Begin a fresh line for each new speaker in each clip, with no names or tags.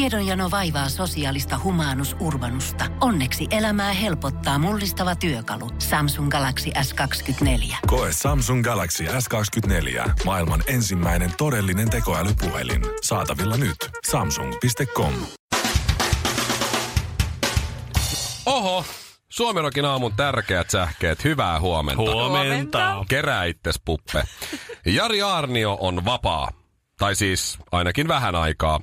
Tiedonjano vaivaa sosiaalista humanus urbanusta. Onneksi elämää helpottaa mullistava työkalu. Samsung Galaxy S24.
Koe Samsung Galaxy S24. Maailman ensimmäinen todellinen tekoälypuhelin. Saatavilla nyt. Samsung.com.
Oho, Suomirokin aamun tärkeät sähkeet. Hyvää huomenta.
Huomenta.
Kerää itses, puppe. Jari Arnio on vapaa. Tai siis ainakin vähän aikaa.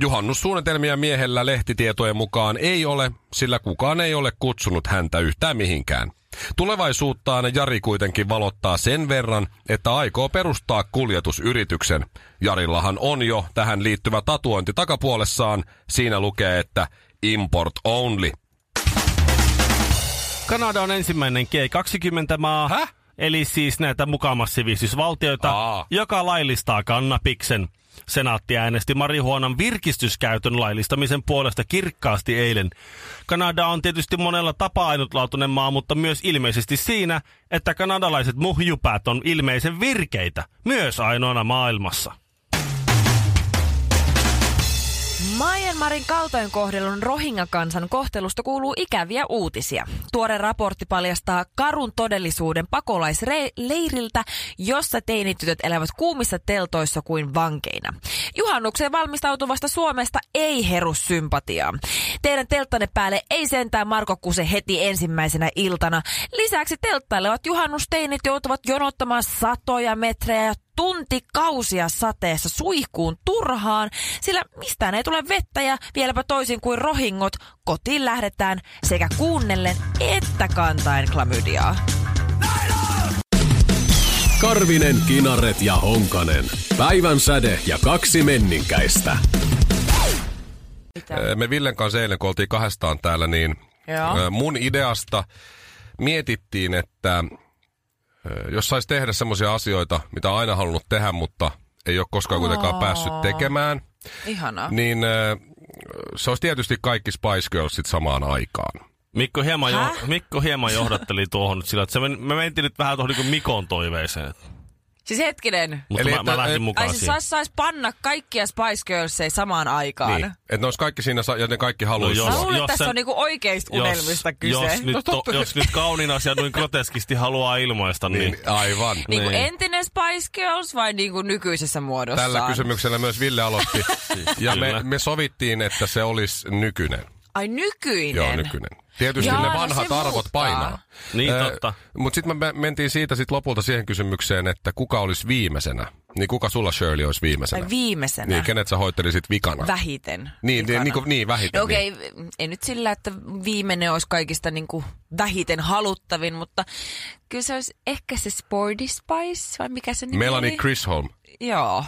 Juhannussuunnitelmia miehellä lehtitietojen mukaan ei ole, sillä kukaan ei ole kutsunut häntä yhtään mihinkään. Tulevaisuuttaan Jari kuitenkin valottaa sen verran, että aikoo perustaa kuljetusyrityksen. Jarillahan on jo tähän liittyvä tatuointi takapuolessaan. Siinä lukee, että import only.
Kanada on ensimmäinen G20-maa.
Häh?
Eli siis näitä mukamas sivistysvaltioita,
Aa.
joka laillistaa kannapiksen. Senaatti äänesti marihuonan virkistyskäytön laillistamisen puolesta kirkkaasti eilen. Kanada on tietysti monella tapaa ainutlaatuinen maa, mutta myös ilmeisesti siinä, että kanadalaiset muhjupäät on ilmeisen virkeitä, myös ainoana maailmassa.
Myanmarin kaltoinkohdelun rohingakansan kohtelusta kuuluu ikäviä uutisia. Tuore raportti paljastaa karun todellisuuden pakolaisleiriltä, jossa teinitytöt elävät kuumissa teltoissa kuin vankeina. Juhannukseen valmistautuvasta Suomesta ei heru sympatiaa. Teidän telttanne päälle ei sentään Marko Kuse heti ensimmäisenä iltana. Lisäksi telttailevat juhannusteinit joutuvat jonottamaan satoja metrejä ja tuntikausia sateessa suihkuun turhaan, sillä mistään ei tule vettä ja vieläpä toisin kuin rohingot, kotiin lähdetään sekä kuunnellen että kantaen klamydiaa.
Karvinen, Kinaret ja Honkanen. Päivän säde ja kaksi menninkäistä.
Ö, Me Villen kanssa eilen, kun oltiin kahdestaan täällä, niin
Joo.
ö, mun ideasta mietittiin, että ö, jos saisi tehdä semmoisia asioita, mitä on aina halunnut tehdä, mutta ei ole koskaan kuitenkaan päässyt tekemään,
Ihanaa.
niin ö, se olisi tietysti kaikki Spice Girlsit samaan aikaan.
Mikko hieman, jo,
Häh?
Mikko hieman johdatteli tuohon nyt sillä, että se men, me mentiin nyt vähän tuohon niin kuin Mikon toiveeseen.
Siis hetkinen. siis
Mutta
Eli
mä,
että-
mä lähdin
et-
mukaan siihen.
sais panna kaikkia Spice Girlsei samaan aikaan.
Niin. Että ne olisi kaikki siinä, sa- ja ne kaikki haluaisi
jos-
Mä
sua.
luulen,
jos
että tässä
sen-
on niinku oikeista unelmista kyse. No
Jos nyt, to, jos nyt kaunin asia noin groteskisti haluaa ilmaista, niin...
Niin,
niin.
aivan.
Niin kuin
Niin.
entinen Spice Girls vai niin kuin nykyisessä muodossaan?
Tällä kysymyksellä myös Ville aloitti. ja me,
Siis Kyllä.
me sovittiin, että se olisi nykyinen.
Ai nykyinen?
Joo, nykyinen. Tietysti
Jaa,
ne
no
vanhat
se
arvot
muuttaa.
painaa.
Niin, totta.
Mutta sitten me mentiin siitä sit lopulta siihen kysymykseen, että kuka olisi viimeisenä. Niin kuka sulla Shirley olisi viimeisenä?
Tai viimeisenä?
Niin, kenet sä hoittelisit vikana?
Vähiten.
niin, niin,
vikana.
niin, kuin- niin, vähiten.
No okei, okay, ei nyt sillä, että viimeinen olisi kaikista niin kuin vähiten haluttavin, mutta kyllä se olisi ehkä se Sporty Spice, vai mikä se
niin.
nimi
Melanie
oli?
Chisholm.
Joo.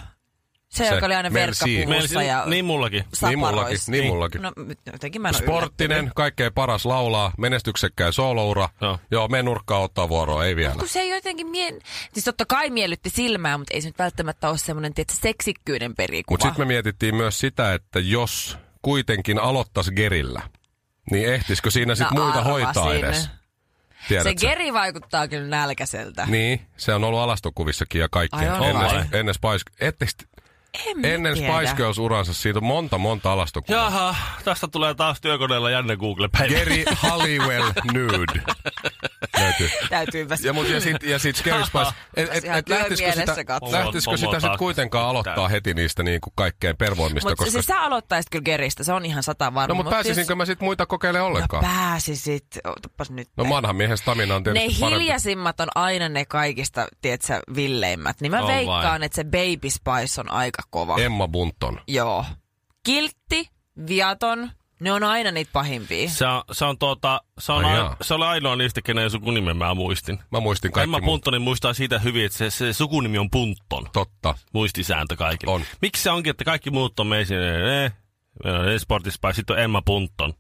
Se,
Se.
joka oli aina
Mel
Meillä,
verkkapuussa ja
niin mullakin.
Niin mullakin,
saparoissa.
niin mullakin.
No, nyt jotenkin mä en ole
Sporttinen, kaikkein paras laulaa, menestyksekkäin sooloura.
Joo.
Joo, me nurkkaa ottaa vuoroa, ei vielä.
kun se ei jotenkin mie... Siis totta kai miellytti silmää, mutta ei se nyt välttämättä ole semmoinen tietysti seksikkyyden perikuva.
Mutta sitten me mietittiin myös sitä, että jos kuitenkin aloittaisi Gerillä, niin ehtisikö siinä sitten
Mä
muita hoitaa
arvasin.
edes?
Se
Tiedätkö?
geri vaikuttaa kyllä nälkäiseltä.
Niin, se on ollut alastokuvissakin ja kaikkea.
Ai on
vai?
Ennen, ennen Spice, ettekö,
En mä
ennen
tiedä.
Spice Girls uransa siitä on monta monta alastokuvaa.
Jaha, tästä tulee taas työkoneella Janne Google-päivä.
Geri Halliwell nude. Löytyy.
Täytyypäs.
Ja, mut, ja sit, ja sit Scary Spice. Et, et,
Ihan
et, lähtisikö
työmielessä
sitä,
katsoa.
lähtisikö sitä sit
Pomotaan.
kuitenkaan aloittaa heti niistä niinku kaikkein pervoimista?
Mutta
koska,
siis sä aloittaisit kyllä geristä, se on ihan sata varma.
no mutta pääsisinkö mä sit muita kokeilemaan
No
ollenkaan?
pääsisit, ootapas nyt.
No vanhan miehen stamina on
ne
tietysti parempi.
hiljaisimmat on aina ne kaikista, tiedätkö, villeimmät. Niin mä
On
veikkaan, että se Baby Spice on aika kova.
Emma Bunton.
Joo. Kiltti, viaton, ne on aina niitä pahimpia.
Se on, se on, tuota, se on,
Ai
ai,
jaa.
se oli ainoa niistä, kenen sukunimen mä muistin.
Mä muistin kaikki
Emma
muut.
Punttonin muistaa siitä hyvin, että se, se sukunimi on Puntton.
Totta.
Muistisääntö kaikille.
On.
Miksi se onkin, että kaikki muut on Eh, meissä? Ne, ne, ne Sportispäin, sitten on Emma Puntton.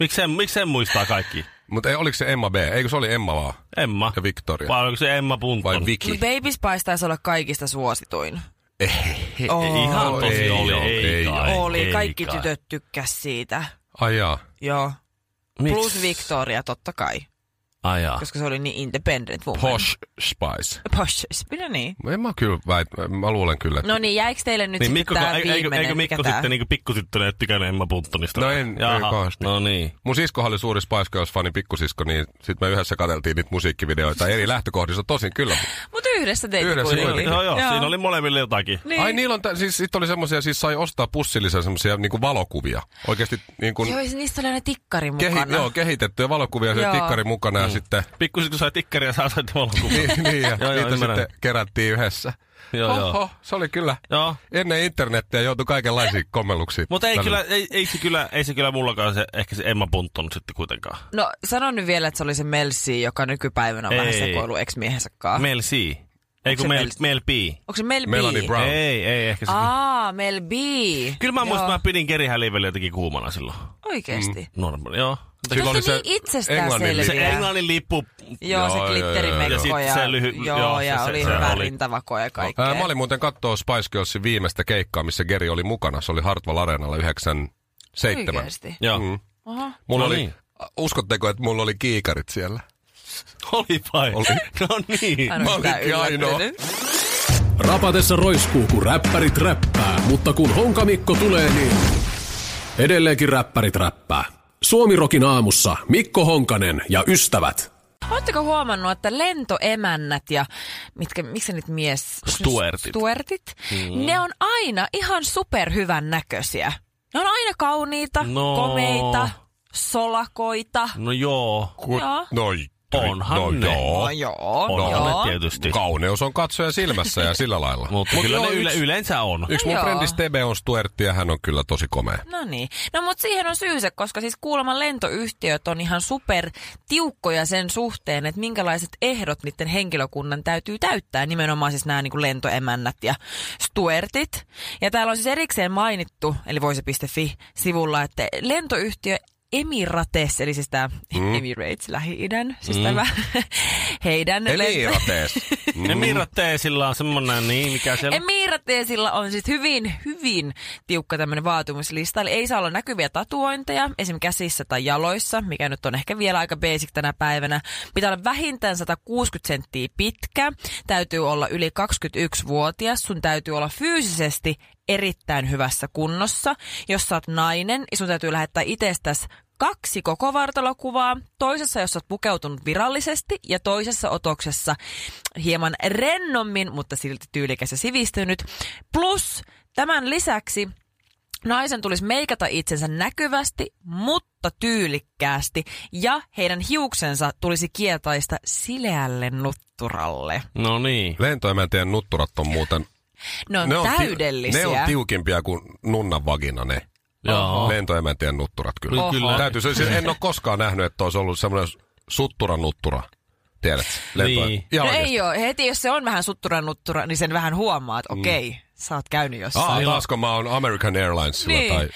miksi, sen, miksi sen muistaa kaikki?
Mutta oliko se Emma B? Eikö se oli Emma vaan?
Emma.
Ja Victoria.
Vai oliko se Emma Puntton?
Vai Vicky?
No Baby Spice taisi olla kaikista suosituin.
Ei, ei, ihan
Oh,
tosi
ei
oli,
oo,
ei,
ei
kai,
oo.
Oli,
ei
kaikki
kai.
tytöt tykkäs siitä.
Ai jaa.
Joo.
Miks?
Plus Victoria, totta kai.
Ai jaa.
koska se oli niin independent woman.
Posh Spice.
Posh. Minä niin.
En mä kyllä väit, mä luulen kyllä. että-
No niin, jäikö teille nyt
Niin
niin,
Mikko,
sitten tämä
eikö, eikö,
viimeinen?
eikö Mikko
mikä tää-
sitten niin pikkutyttönä et tykännyt Emma Puntonista?
No en- en kauheasti.
No niin.
Mun siskohan oli suuri Spice Girls-fani pikkusisko, niin sit me yhdessä katseltiin niitä musiikkivideoita eri lähtökohdissa, tosin kyllä.
Mutta yhdessä teitte
Yhdessä
kuitenkin.
kuitenkin.
niin- Joo, joo, joo, siinä oli molemmille jotakin.
Niin.
Ai niillä on, tä- siis sit oli semmosia, siis sai ostaa pussillisen semmosia niinku valokuvia. Oikeesti niinku
Joo,
siis
ja niistä oli aina tikkari mukana.
kehi- joo, kehitettyjä valokuvia, se
Joo.
tikkari mukana ja sitten,
Pikkusit, kun sait tikkaria, sä sait valokuvaa.
niin, niin, ja
Mm. Joo, joo,
niitä
ymmärrän.
sitten kerättiin yhdessä.
Joo, joo.
Oho, se oli kyllä.
Joo.
Ennen internettiä joutui kaikenlaisiin kommelluksiin.
Mutta ei,
Tällä-
kyllä, ei, ei, se kyllä, ei se kyllä mullakaan se, ehkä se Emma punttonut sitten kuitenkaan.
No sano nyt vielä, että se oli se Melsi, joka nykypäivänä on vähän
Ei.
sekoilu ex-miehensä kanssa.
Mel C. Ei
Ah. se
kun Mel,
Mel-
Mel B.
Onko se Mel B?
Melanie Brown.
Ei, ei ehkä se.
Aa, Mel B.
Kyllä mä
Joo.
muistan, mä pidin Keri Häliveliä jotenkin kuumana silloin.
Oikeesti. Mm.
Normaali, joo.
Silloin oli
se
se
niin itsestään
englannin
selviä.
Se
liitto.
Kyllä.
englannin lippu.
Joo,
Joo, joo,
se
joo,
glitterimekko
joo. Ja
ja,
sit se lyhy-
joo,
joo, se-
ja
se-
oli
se
hyvä
oli.
rintavako ja kaikkea.
Ää, mä olin muuten kattoo Spice Girlsin viimeistä keikkaa, missä Geri oli mukana. Se oli Hartwall Areenalla 97.
Oikeesti.
Joo.
Mm.
No
Mulla oli,
niin.
Uskotteko, että mulla oli kiikarit siellä?
Oli vai?
Oli.
No niin.
Hän on
Mä
sitä
olinkin ainoa.
yllättynyt.
Rapatessa roiskuu, kun räppärit räppää, mutta kun Honkamikko tulee, niin edelleenkin räppärit räppää. Suomirokin aamussa Mikko Honkanen ja ystävät.
Oletteko huomannut, että lentoemännät ja mitkä, miksi niitä mies...
Stuertit.
Stuertit. Mm. Ne on aina ihan superhyvän näköisiä. Ne on aina kauniita,
No.
komeita, solakoita.
No joo.
Ku-
Joo.
No, j-
Onhan
no,
ne.
Joo.
No joo,
On
joo.
ne tietysti.
Kauneus on katsoja silmässä ja sillä lailla.
Mutta
Mut
kyllä
joo,
ne yle,
yksi,
yleensä on.
yksi
No
mun
joo.
frendis Tebe on Stuertti ja hän on kyllä tosi komea.
No niin. No mutta siihen on syysä, koska siis kuulemma lentoyhtiöt on ihan super tiukkoja sen suhteen, että minkälaiset ehdot niiden henkilökunnan täytyy täyttää. Nimenomaan siis nämä niin lentoemännät ja stuertit. Ja täällä on siis erikseen mainittu, eli voisi.fi-sivulla, että lentoyhtiö Emirates, eli siis tämä Emirates, Lähi-idän, siis mm. tämä heidän... lento-
Emirates.
Ne
Mm.
Mirra Teesillä on semmonen niin, mikä siellä...
Emirateesilla on siis hyvin, hyvin tiukka tämmöinen vaatimuslista. Eli ei saa olla näkyviä tatuointeja, esim. käsissä tai jaloissa, mikä nyt on ehkä vielä aika basic tänä päivänä. Pitää olla vähintään 160 senttiä pitkä, täytyy olla yli 21-vuotias, sun täytyy olla fyysisesti erittäin hyvässä kunnossa. Jos sä oot nainen, niin sun täytyy lähettää itsestäsi kaksi koko vartalokuvaa, toisessa, jos olet pukeutunut virallisesti, ja toisessa otoksessa hieman rennommin, mutta silti tyylikäs ja sivistynyt. Plus tämän lisäksi naisen tulisi meikata itsensä näkyvästi, mutta tyylikkäästi, ja heidän hiuksensa tulisi kietaista sileälle nutturalle.
No niin.
Lentoemäntien nutturat on muuten...
Ne on,
ti-
täydellisiä.
ne on tiukimpia kuin nunnan vagina ne.
Joo.
Lentoemäntien nutturat kyllä.
Oho. Kyllä.
Täytyy, se, siis en ole koskaan nähnyt, että olisi ollut semmoinen suttura nuttura. Tiedät, lento.
Niin.
Ihan
no
oikeesti.
ei ole. Heti jos se on vähän sutturan nuttura, niin sen vähän huomaat,
Mm.
okei, sä oot käynyt jossain.
Ah, Alaska mä oon American Airlinesilla
Niin.
tai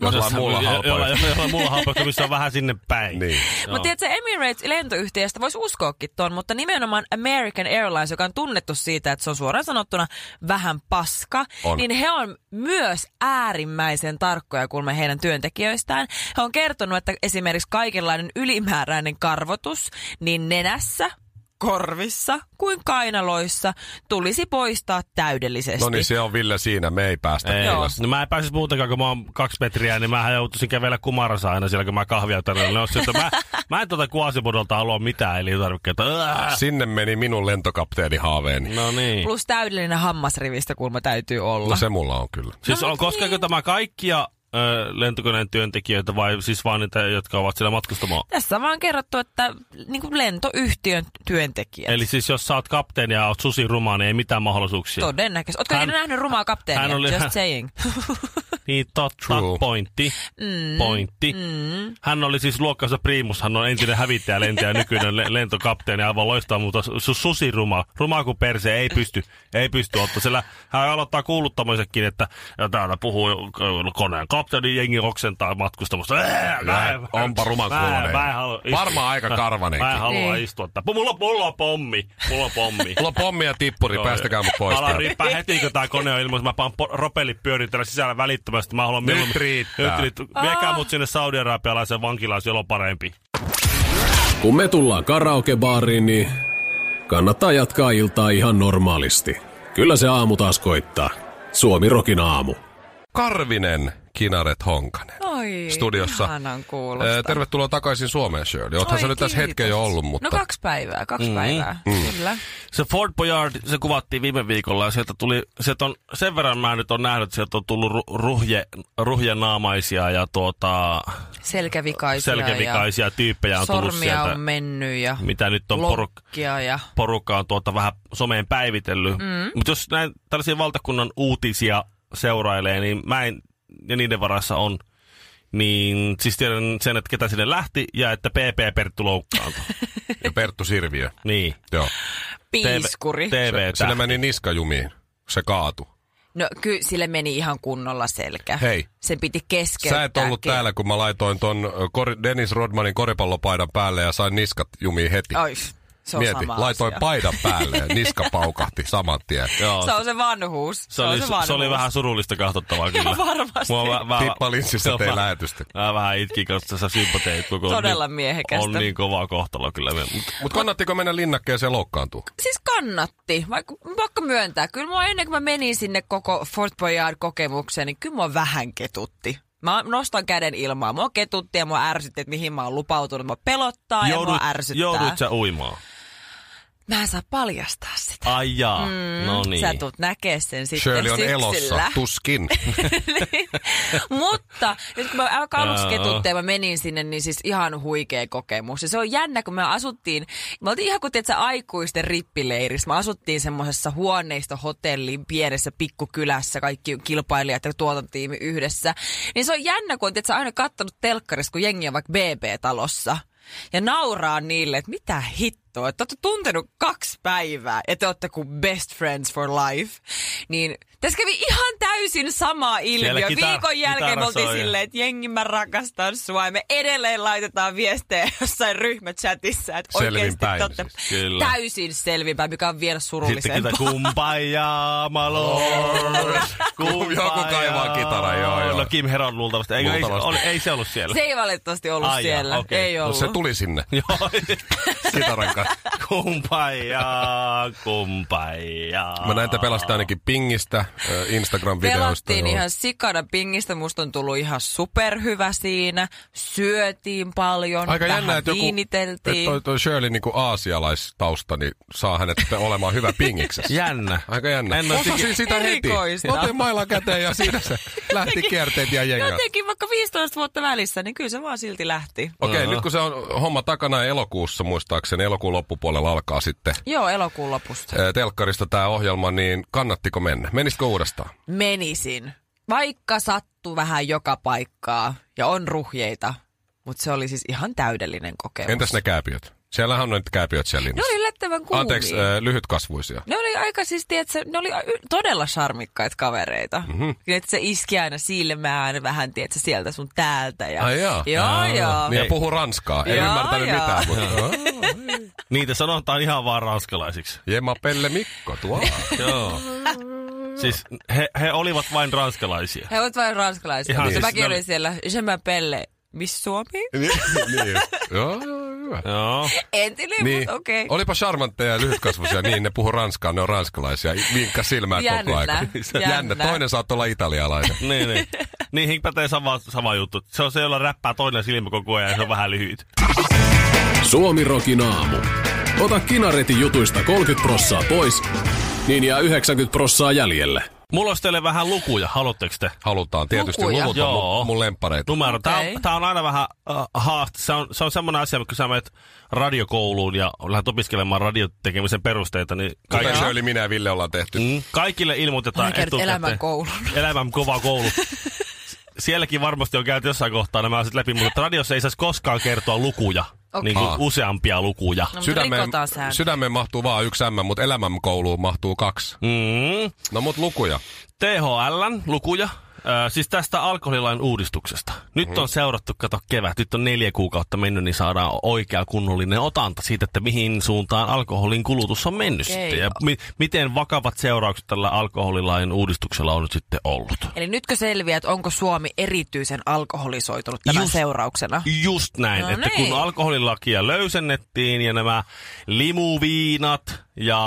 jollain muulla
Jollain,
halpaa.
jollain, jollain muulla halpaa, missä on vähän sinne päin.
Niin.
Joo.
Mutta tiedätkö, Emirates-lentoyhtiöstä voisi uskoakin tuon, mutta nimenomaan American Airlines, joka on tunnettu siitä, että se on suoraan sanottuna vähän paska,
On.
niin he on myös äärimmäisen tarkkoja kulma heidän työntekijöistään. He on kertonut, että esimerkiksi kaikenlainen ylimääräinen karvotus niin nenässä, korvissa kuin kainaloissa tulisi poistaa täydellisesti.
No niin, se on Ville siinä, me ei päästä.
Ei.
kyllä.
No mä en pääsis muutenkaan, kun mä oon kaksi metriä, niin mä joutuisin kävellä kumarassa aina siellä, kun mä kahvia tarjoin. No, että mä, mä en tuota kuasipodolta halua mitään elintarvikkeita. Ää!
Sinne meni minun lentokapteeni haaveeni.
No niin.
Plus täydellinen hammasrivistä kulma täytyy olla.
No se mulla on kyllä.
Siis on, koskeeko tämä kaikkia ö, lentokoneen työntekijöitä vai siis vaan niitä, jotka ovat siellä matkustamaan?
Tässä on vaan kerrottu, että niin kuin lentoyhtiön työntekijät.
Eli siis jos sä oot kapteeni ja oot susi ruma, niin ei mitään mahdollisuuksia.
Todennäköisesti. Ootko
Hän-
hän, nähnyt rumaa kapteenia?
hän oli-
Just saying.
Niin totta,
True.
pointti, mm. pointti. Mm. Hän oli siis luokkansa priimus, hän on entinen hävittäjä, lentäjä, nykyinen le- lentokapteeni, aivan loistaa, mutta su- susiruma, ruma kuin perse, ei pysty, ei pysty ottaa. Sillä hän aloittaa kuuluttamisekin, että ja täällä puhuu ö, koneen kapteeni, jengi oksentaa matkustamusta. Ää, mä en-
Onpa ruman
mä en-
kuulonen.
mä en halua istua.
Varmaan aika karvanenkin.
Mä en halua
Niin.
istua. tää- Mulla, mulla on pommi, mulla on pommi.
Mulla on pommi ja tippuri, päästäkää mut pois.
Mä alan
täältä.
riippää heti, kun tää kone on ilmoissa. Mä paan po- ropelit pyöritellä sisällä välittömästi. Mä haluan
Nyt
mieluummin-
riittää.
Nyt riittää. Viekää mut sinne Saudi-Arabialaiseen vankilaan, jos siellä on parempi.
Kun me tullaan karaokebaariin, niin kannattaa jatkaa iltaa ihan normaalisti. Kyllä se aamu taas koittaa. Suomi Rokin aamu.
Karvinen Kinaret Honkanen.
Oi,
Studiossa.
ihanan kuulostaa.
Ää, Tervetuloa takaisin Suomeen, Shirley. Oothan
Oi,
sä nyt tässä
kiitos.
hetken jo ollut, mutta...
No kaksi päivää, kaksi mm. päivää, mm. kyllä.
Se Ford Boyard, se kuvattiin viime viikolla ja sieltä tuli, sieltä on, sen verran mä nyt on nähnyt, että sieltä on tullut ru- ruhje, ruhjenaamaisia ja tuota,
Selkävikaisia
selkävikaisia tyyppejä
ja
on tullut
sormia
sieltä.
on mennyt ja
mitä nyt on poruk-
lokkia ja...
porukka on tuota vähän someen päivitellyt. Mm. Mutta jos näin tällaisia valtakunnan uutisia seurailee, niin mä en, ja niiden varassa on, niin siis tiedän sen, että ketä sinne lähti ja että PP Perttu loukkaantui.
Ja Perttu Sirviö.
niin.
Joo.
Piiskuri.
TV
Sinä meni niskajumiin. Se kaatu.
No kyllä sille meni ihan kunnolla selkä.
Hei.
Sen piti keskeyttää.
Sä et ollut
ke-
täällä, kun mä laitoin ton ö, kor- Dennis Rodmanin koripallopaidan päälle ja sain niskat jumiin heti.
Oi, se on
Mieti,
sama
laitoin
asia.
paidan päälle ja niska paukahti saman tien.
Joo,
Se on se vanhuus. Se,
se,
on
oli,
se,
se,
vanhuus.
se oli vähän surullista katsottavaa kyllä.
varmasti.
Mua vä- vä-
Tippa linssistä
se on
tein
vähän-
lähetystä.
Mä vähän itkin kanssa tässä sympateet, kun on
Todella
niin-
miehekästä.
On niin kova kohtalo kyllä. Mut
Mutta kannattiko mennä linnakkeeseen loukkaantua?
Siis kannatti, vaikka pakko myöntää. Kyllä mua ennen kuin mä menin sinne koko Fort Boyard-kokemukseen, niin kyllä mua vähän ketutti. Mä nostan käden ilmaan. Mua ketutti ja mua ärsytti, että mihin mä oon lupautunut. Mua pelottaa ja mua ärsyttää.
joudut sä uimaan?
Mä en saa paljastaa sitä.
Ai jaa, mm, no niin.
Sä tulet näkee sen sitten
Shirley on
syksyllä.
elossa, tuskin.
Mutta nyt kun mä aluksi
Joo.
ketutteen, mä menin sinne, niin siis ihan huikea kokemus. Ja se on jännä, kun me asuttiin, me oltiin ihan kuin tiedätkö, aikuisten rippileirissä. Me asuttiin semmoisessa huoneistohotellin pienessä pikkukylässä, kaikki kilpailijat ja tuotantiimi yhdessä. Niin se on jännä, kun on tiedätkö, aina kattonut telkkarissa, kun jengi on vaikka BB-talossa. Ja nauraa niille, että mitä hittoa, että olette tuntenut kaksi päivää ja te olette kuin best friends for life. Niin tässä kävi ihan täysin sama ilmiö.
Siellä kitar-
Viikon jälkeen me
kitara
oltiin
soi.
silleen, että jengi mä rakastan sua ja me edelleen laitetaan viestejä jossain ryhmächatissa, että
Selvin
oikeasti
päin
te olette
siis,
kyllä.
täysin selvinpäin, mikä on vielä
Sitten
surullisempaa.
kita kumbaya, my lord. kumbaya.
Joku kaivaa kitaran, joo, joo.
No Kim Heron luultavasti. Eikö, ei, se-
Luultavasti.
oli, ei se ollut siellä.
Se ei valitettavasti ollut
Ai jaa,
siellä.
okei.
Ei
No,
ollut.
se tuli sinne
Joo,
kitaran kanssa.
kumbaya, kumbaya.
Mä näin, että pelastaa ainakin pingistä, ö, Instagram-videoista.
Pelattiin
joo.
ihan sikana pingistä, musta on tullut ihan superhyvä siinä. Syötiin paljon,
Aika
vähän
jännä, että joku, että
viiniteltiin.
toi, toi Shirley niin aasialaistausta, niin saa hänet olemaan hyvä pingiksessä.
Jännä.
Aika jännä.
En oo
Osasin
sikin-
sitä heti.
Erikoista.
Mä otin mailan käteen ja siinä se lähti kierteet ja jengät.
Jotenkin vaikka 15 vuotta välissä, niin kyllä se vaan silti lähti.
Okei, nyt kun se on homma takana ja elokuussa muistaakseni, elokuun loppupuolella alkaa sitten
Joo, elokuun lopusta.
ää, telkkarista tämä ohjelma, niin kannattiko mennä? Menisikö uudestaan?
Menisin. Vaikka sattuu vähän joka paikkaa ja on ruhjeita, mutta se oli siis ihan täydellinen kokemus.
Entäs ne kääpiöt? Siellähän on nyt kääpiöt siellä
Ne
linnassa.
oli yllättävän kuumia.
Anteeksi, ää, lyhytkasvuisia.
Ne oli aika siis, tiedätkö, ne oli y- todella charmikkaita kavereita.
Mhm.
Mm-hmm. Että se iski aina silmään vähän, tiedätkö, sieltä sun täältä. Ja...
Ai jaa.
Joo,
Aa,
joo.
Niin ja
Ei.
puhuu ranskaa. En
Joo,
ymmärtänyt
joo.
mitään, mutta...
Niitä sanotaan ihan vaan ranskalaisiksi.
Jema Pelle Mikko tuolla.
Joo. Siis he, he olivat vain ranskalaisia.
He ovat vain ranskalaisia.
Ihan
Ihan
siis,
Mäkin
ne
olin
oli-
siellä, je m'appelle, Miss Suomi?
niin, niin. Joo, joo, hyvä.
Joo.
Entinen, niin.
Niin.
mutta okei. Okay.
Olipa charmantteja ja lyhytkasvuisia, niin ne puhuu ranskaa, ne on ranskalaisia. Vinkka silmää koko
Jännä,
ajan.
jännä.
Toinen saattaa olla italialainen.
Niin, niin. Niihin pätee sama, sama juttu. Se on se, jolla räppää toinen silmä koko ajan ja se on vähän lyhyt.
Suomi Rokin aamu. Ota kinaretin jutuista 30 prossaa pois, niin jää 90 prossaa jäljelle.
Mulla olisi teille vähän lukuja, haluatteko te?
Halutaan tietysti
Lukuja.
luvut on
Joo.
mun, mun lempareita.
numero. Okay. Tämä,
Okei.
on, tää on aina vähän uh, haaste. Se on, se on semmoinen asia, kun sä menet radiokouluun ja lähdet opiskelemaan radiotekemisen perusteita, niin
Kuten
kaikille,
Shirley, minä ja Ville ollaan tehty.
mm, kaikille ilmoitetaan
Olen käynyt elämänkoulun.
Elämän kova koulu. S- Sielläkin varmasti on käyty jossain kohtaa nämä asiat läpi, mutta radiossa ei saisi koskaan kertoa lukuja. Okay. Niin kuin
Aa.
useampia lukuja.
No, mutta
Sydämeen,
rikotaan sääntö.
sydämeen mahtuu vaan yksi M, mutta elämänkouluun mahtuu kaksi.
Mm.
No mut lukuja.
THLn lukuja. Öö, siis tästä alkoholilain uudistuksesta. Nyt
Mm-hmm.
on seurattu, kato kevät, nyt on neljä kuukautta mennyt, niin saadaan oikea kunnollinen otanta siitä, että mihin suuntaan alkoholin kulutus on mennyt
Okei.
sitten. Ja mi- miten vakavat seuraukset tällä alkoholilain uudistuksella on nyt sitten ollut.
Eli nytkö selviää, että onko Suomi erityisen alkoholisoitunut tämän
Just-
seurauksena?
Just näin,
No
että
niin.
kun alkoholilakia löysennettiin ja nämä limuviinat ja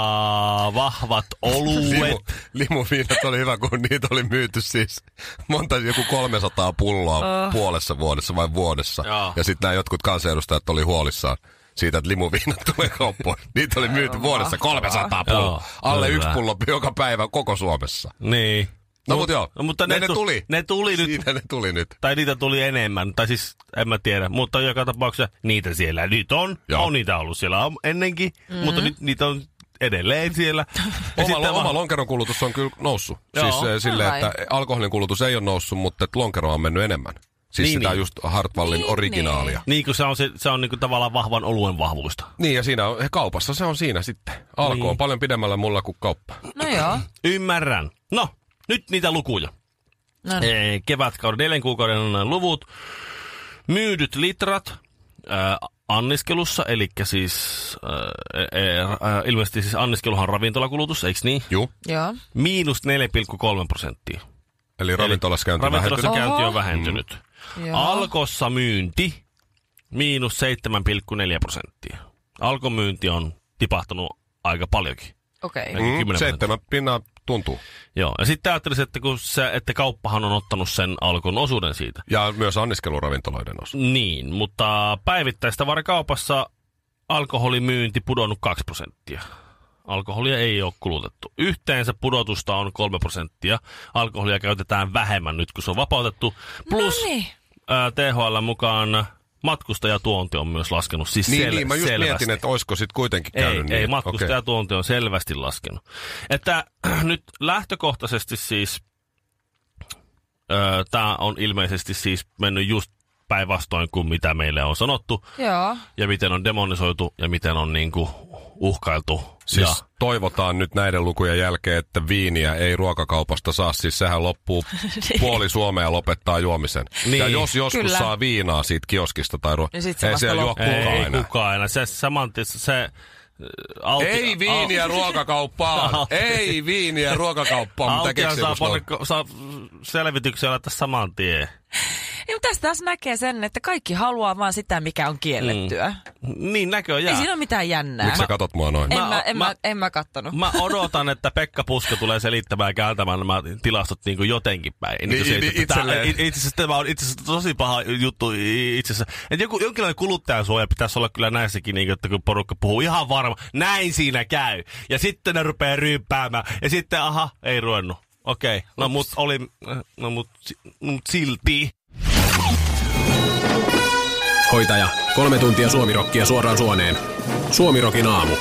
vahvat
Limu,
oluet.
limuviinat oli hyvä, kun niitä oli myyty siis monta, joku 300 pulloa puolessa vuodessa vai vuodessa.
Joo.
Ja sitten nämä jotkut kansanedustajat oli huolissaan siitä, että limuviinat tulee kauppoihin. Niitä oli myyty vuodessa 300
Joo,
pulloa. Alle
kyllä.
yksi pullo joka päivä koko Suomessa.
niin.
No mut joo,
no, mutta
ne,
ne,
ne
tu-
tuli.
Ne tuli nyt
Siitä ne tuli nyt.
tai niitä tuli enemmän, tai siis en mä tiedä, mutta joka tapauksessa niitä siellä nyt on.
Joo.
Joo. On niitä ollut siellä am- ennenkin, mm-hmm. mutta nyt niitä on edelleen siellä. Ja
Oma, lo,
vaan-
oma lonkeron kulutus on kyllä noussut. Joo.
Joo.
Siis eh, silleen,
Ai.
että alkoholin kulutus ei ole noussut, mutta että lonkero on mennyt enemmän. Siis niin,
Niin,
sitä
niin.
just Hartwallin niin,
Niin,
originaalia.
Niin kuin se on, se, se on niin kuin tavallaan vahvan oluen vahvuista.
Niin ja siinä on, kaupassa se on siinä sitten. Alko niin. on
Niin.
paljon pidemmällä mulla kuin kauppa.
No joo.
Ymmärrän. No, nyt niitä lukuja.
No niin.
Ee, Kevätkauden neljän kuukauden on nämä luvut. Myydyt litrat ää, anniskelussa, eli siis ää, e, ää, ää, ilmeisesti siis anniskeluhan on ravintolakulutus, eikö niin?
Juu.
Joo.
Miinus 4,3 prosenttia.
Eli ravintolas käynti
Ravintolassa
vähentynyt.
käynti
Oho.
on vähentynyt.
Joo.
Alkossa myynti, miinus 7,4 prosenttia. Alkomyynti on tipahtanut aika paljonkin.
Okei.
Eli
Mm,
10
seitsemän pinnaa tuntuu.
Joo, ja sitten ajattelin, että, kun se, että kauppahan on ottanut sen alkon osuuden siitä.
Ja myös anniskeluravintoloiden osa.
Niin, mutta päivittäistavarakaupassa alkoholimyynti pudonnut 2 prosenttia. Alkoholia ei ole kulutettu. Yhteensä pudotusta on 3 prosenttia. Alkoholia käytetään vähemmän nyt, kun se on vapautettu. Plus
No niin.
ää, THL mukaan matkustajatuonti on myös laskenut. Siis
Niin,
sel-
niin, mä just
selvästi.
mietin, että olisiko sitten kuitenkin
Ei,
käynyt niin.
ei
että- okei.
matkustajatuonti on selvästi laskenut. Että nyt lähtökohtaisesti siis öö, tämä on ilmeisesti siis mennyt just päinvastoin kuin mitä meille on sanottu
Joo.
ja miten on demonisoitu ja miten on niinku uhkailtu.
Siis
ja,
toivotaan nyt näiden lukujen jälkeen, että viiniä ei ruokakaupasta saa. Siis sehän loppuu puoli Suomea lopettaa juomisen. Niin.
Niin.
Ja jos joskus Kyllä.
Kyllä.
saa viinaa siitä kioskista tai ruo-
Niin sit se
ei
vasta
siellä juo
loppuu.
kukaan
ei
enää.
kukaan enää. Se, saman, tis- se, alti,
Ei viiniä ruokakauppaan! ei viiniä ruokakauppaan! Mitä
Altia
keksiä,
saa,
kun noin-
panna, saa selvityksiä laittaa saman tien.
Niin, mutta tästä taas näkee sen, että kaikki haluaa vaan sitä, mikä on kiellettyä. Mm.
Niin näköjään.
Ei siinä ole mitään jännää.
Miksi sä katot mua noin?
En,
Mä-
mä, en, mä,
mä-
en mä kattonut.
Mä odotan, että Pekka Puska tulee selittämään ja kääntämään nämä tilastot niin kuin jotenkin
Niin,
päin. kuin se,
niin,
että tää-
itselleen.
i- Itse asiassa tämä on itse asiassa tosi paha juttu i- itse asiassa. Että joku, jonkinlainen kuluttajansuoja pitäisi olla kyllä näissäkin, niin kuin, että kun porukka puhuu ihan varma, näin siinä käy. Ja sitten ne rupeaa ryyppäämään. Ja sitten aha, ei ruvennut. Okei, okay. no mut oli, no mut, si- mut silti.
Hoitaja, kolme tuntia suomirokkia suoraan suoneen. Suomirokin aamu.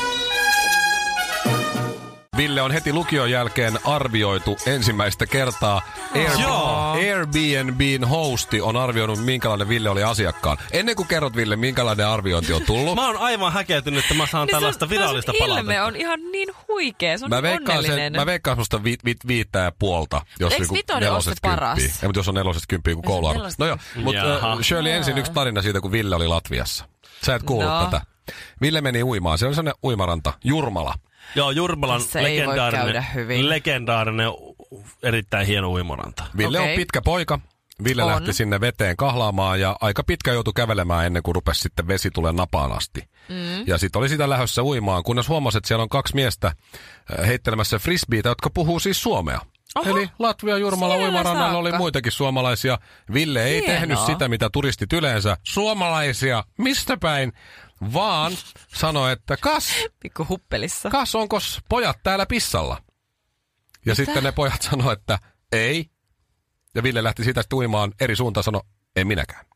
Ville on heti lukion jälkeen arvioitu ensimmäistä kertaa. Air-
Joo.
Airbnbn hosti on arvioinut, minkälainen Ville oli asiakkaan. Ennen kuin kerrot, Ville, minkälainen arviointi on tullut.
Mä oon aivan häkeltynyt, että mä saan
Niin sun-
tällaista virallista
sun Ilme
palautetta.
on ihan niin huikea, se on
Mä
niin
veikkaan,
onnellinen.
sen, mä veikkaan semmoista vi, vi, viittä ja puolta, jos
Eiks
niinku
vitonen ole
nelosesta
se paras?
kymppiin. Ei, mutta jos on nelosesta kymppiä, kun koulu alkaa.
nelosesta
No joo, mutta
Jaha.
Shirley ensin yksi tarina siitä, kun Ville oli Latviassa. Sä et kuullut
No.
tätä. Ville meni uimaan. Se oli sellainen uimaranta, Jurmala.
Joo, Jurmalan
Tässä ei voi käydä
legendaarinen,
hyvin.
legendaarinen, u- erittäin hieno uimoranta.
Ville okay. on
Okei.
pitkä poika. Ville on.
On.
lähti sinne veteen kahlaamaan ja aika pitkä joutui kävelemään ennen kuin rupesi sitten vesi tulee napaan asti. Mm. Ja sitten oli sitä lähössä uimaan, kunnes huomasi, että siellä on kaksi miestä äh, heittelemässä frisbeitä, jotka puhuu siis suomea. Oho. Eli Latvia Jurmala
Siellä
uimarannalla
saakka.
oli muitakin suomalaisia. Ville ei
Hienoa.
tehnyt sitä, mitä turistit yleensä. Suomalaisia, mistä päin? Vaan sanoi, että kas,
Pikku huppelissa.
kas onkos pojat täällä pissalla? Ja sitten ne pojat sanoi, että ei. Ja Ville lähti siitä sitten uimaan eri suuntaan sanoi, en minäkään.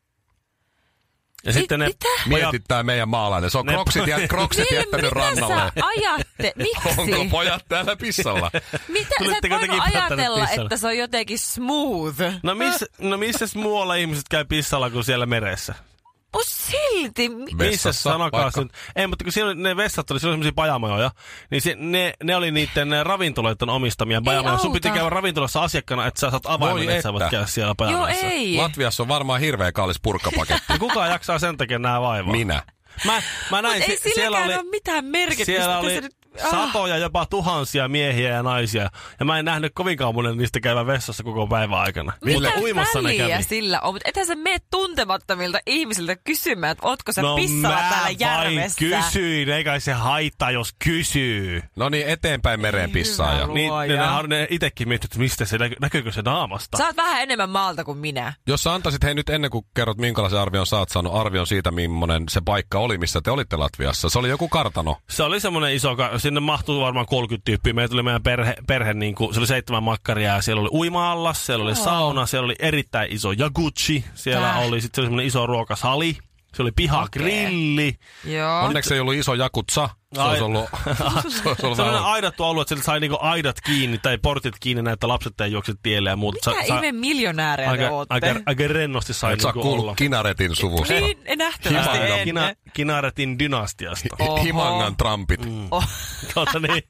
Ja sitten ne
mitä?
pojat
Mietit tää meidän maalainen. Se on
Ne-
kroksit, jä, kroksit
Ville,
jättänyt
Niin, mitä
rannalle.
sä ajatte?
Onko
Miksi?
pojat täällä pissalla?
Mitä sä et
Tulitteko
voinut
tekin päättäneet
ajatella,
pissalla?
että se on jotenkin smooth?
No, miss, no missäs muualla ihmiset käy pissalla kuin siellä meressä?
On sillä silti... mi-
Missä
Vessassa
sanokaa
vaikka.
nyt? Ei, mutta kun siellä oli, ne vessat oli, siellä oli semmoisia pajamajoja, niin se, ne, ne oli niiden ravintoloiden omistamia pajamajoja. Sun piti
auta.
käydä ravintolassa asiakkaana, että sä saat avaimen,
Voi
että sä voit
että.
käydä siellä
Joo,
pajamajoissa.
ei.
Latviassa on varmaan hirveä kallis purkkapaketti.
Ja kuka Niin jaksaa sen takia nää vaivaa?
Minä.
Mä, mä
Mut
näin,
ei
se- siellä
silläkään
oli,
ole mitään merkitystä.
siellä oli
Tässä nyt- Ah.
satoja, jopa tuhansia miehiä ja naisia. Ja mä en nähnyt kovinkaan monen niistä käyvän vessassa koko päivän aikana.
Mitä
Mutta uimassa ne
väliä
kävi.
sillä on? Mutta ethän sä mene tuntemattomilta ihmisiltä kysymään, että ootko sä pissalla
No mä
täällä
vain
järvessä.
kysyin, eikä se haittaa, jos kysyy.
No niin, eteenpäin mereen pissaa ja.
hyvä
Niin,
Luoja.
ne, ne, har- ne itekin miettivät, että mistä se näky- näkyykö se naamasta.
Sä oot vähän enemmän maalta kuin minä.
Jos sä antaisit, hei nyt ennen kuin kerrot minkälaisen arvion sä oot saanut, arvion siitä millainen se paikka oli, missä te olitte Latviassa. Se oli joku kartano.
Se oli semmoinen iso, ka- sinne mahtui varmaan 30 tyyppiä. Meillä tuli meidän perhe, perhe niin kuin, se oli seitsemän makkaria ja siellä oli uima-allas, siellä oli sauna, siellä oli erittäin iso jagutsi, siellä
Tää.
oli sitten semmoinen iso ruokasali, se oli pihagrilli.
Joo.
Onneksi ei ollut iso jakutsa. Se olisi
Ai.
ollut, se olisi ollut
Se oli
vähän...
aidattu alue, että sieltä sai niinku aidat kiinni tai portit kiinni näin, että lapset ei juokse tielle ja muuta.
Mitä ihme miljonäärejä
aika,
te ootte?
aika, aika rennosti sai
Et sä oot
niinku olla.
kuullut Kinaretin suvusta.
niin, en nähtävästi
Himanga.
en.
Kina, Kinaretin dynastiasta.
Hi- Himangan trampit.
Oh,
tuota, niin,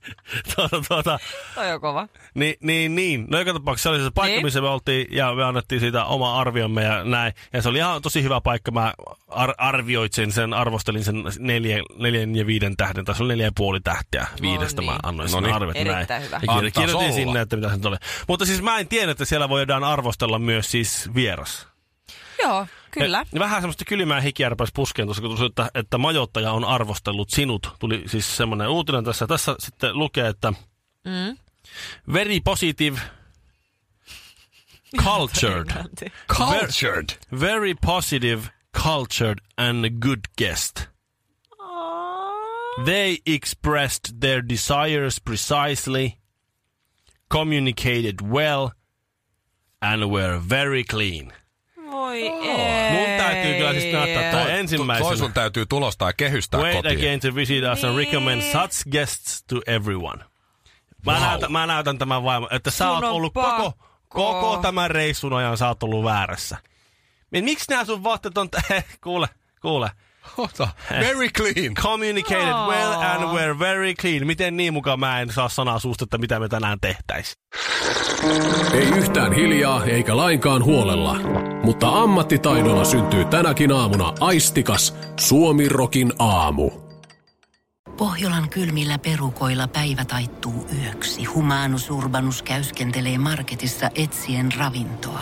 tuota, tuota,
toi on kova.
Niin, niin, niin. No joka tapauksessa se oli se paikka,
Niin.
missä me oltiin ja me annettiin siitä oma arviomme ja näin. Ja se oli ihan tosi hyvä paikka. Mä ar- arvioit sen, sen, arvostelin sen neljä, neljän ja viiden tähden. Tai se oli neljä ja puoli tähteä viidestä.
niin.
mä annoin
No
sen
niin.
arvet
Erittäin
näin.
hyvä.
Ja kiir-
Antaas
kirjoitin
olla.
sinne, että mitä se nyt oli. Mutta siis mä en tiennyt, että siellä voidaan arvostella myös siis vieras.
Joo, kyllä.
Ja Niin vähän semmoista kylmää hikiärpäis puskeen tuossa, kun tuli, että, että majoittaja on arvostellut sinut. Tuli siis semmoinen uutinen tässä. Tässä sitten lukee, että mm. very positive cultured.
Cultured.
very positive cultured and a good guest. They expressed their desires precisely, communicated well, and were very clean.
Voi ei.
Mun täytyy kyllä siis näyttää tämä
Toi
ensimmäisenä.
sun täytyy tulostaa ja kehystää
Wait
kotiin.
again to visit us and recommend
Niin.
such guests to everyone. Mä, wow. näytän, mä näytän tämän vaimon, että sä
Mun
oot
on
ollut koko,
pakko.
koko tämän reissun ajan sä oot ollut väärässä. Niin Miksi nämä sun vaatteet on... T- kuule, kuule.
Ota. Very clean.
Communicated oh. well and we're very clean. Miten niin mukaan mä en saa sanaa suusta, että mitä me tänään tehtäis?
Ei yhtään hiljaa eikä lainkaan huolella, mutta ammattitaidolla syntyy tänäkin aamuna aistikas Suomirokin aamu.
Pohjolan kylmillä perukoilla päivä taittuu yöksi. Humanus Urbanus käyskentelee marketissa etsien ravintoa.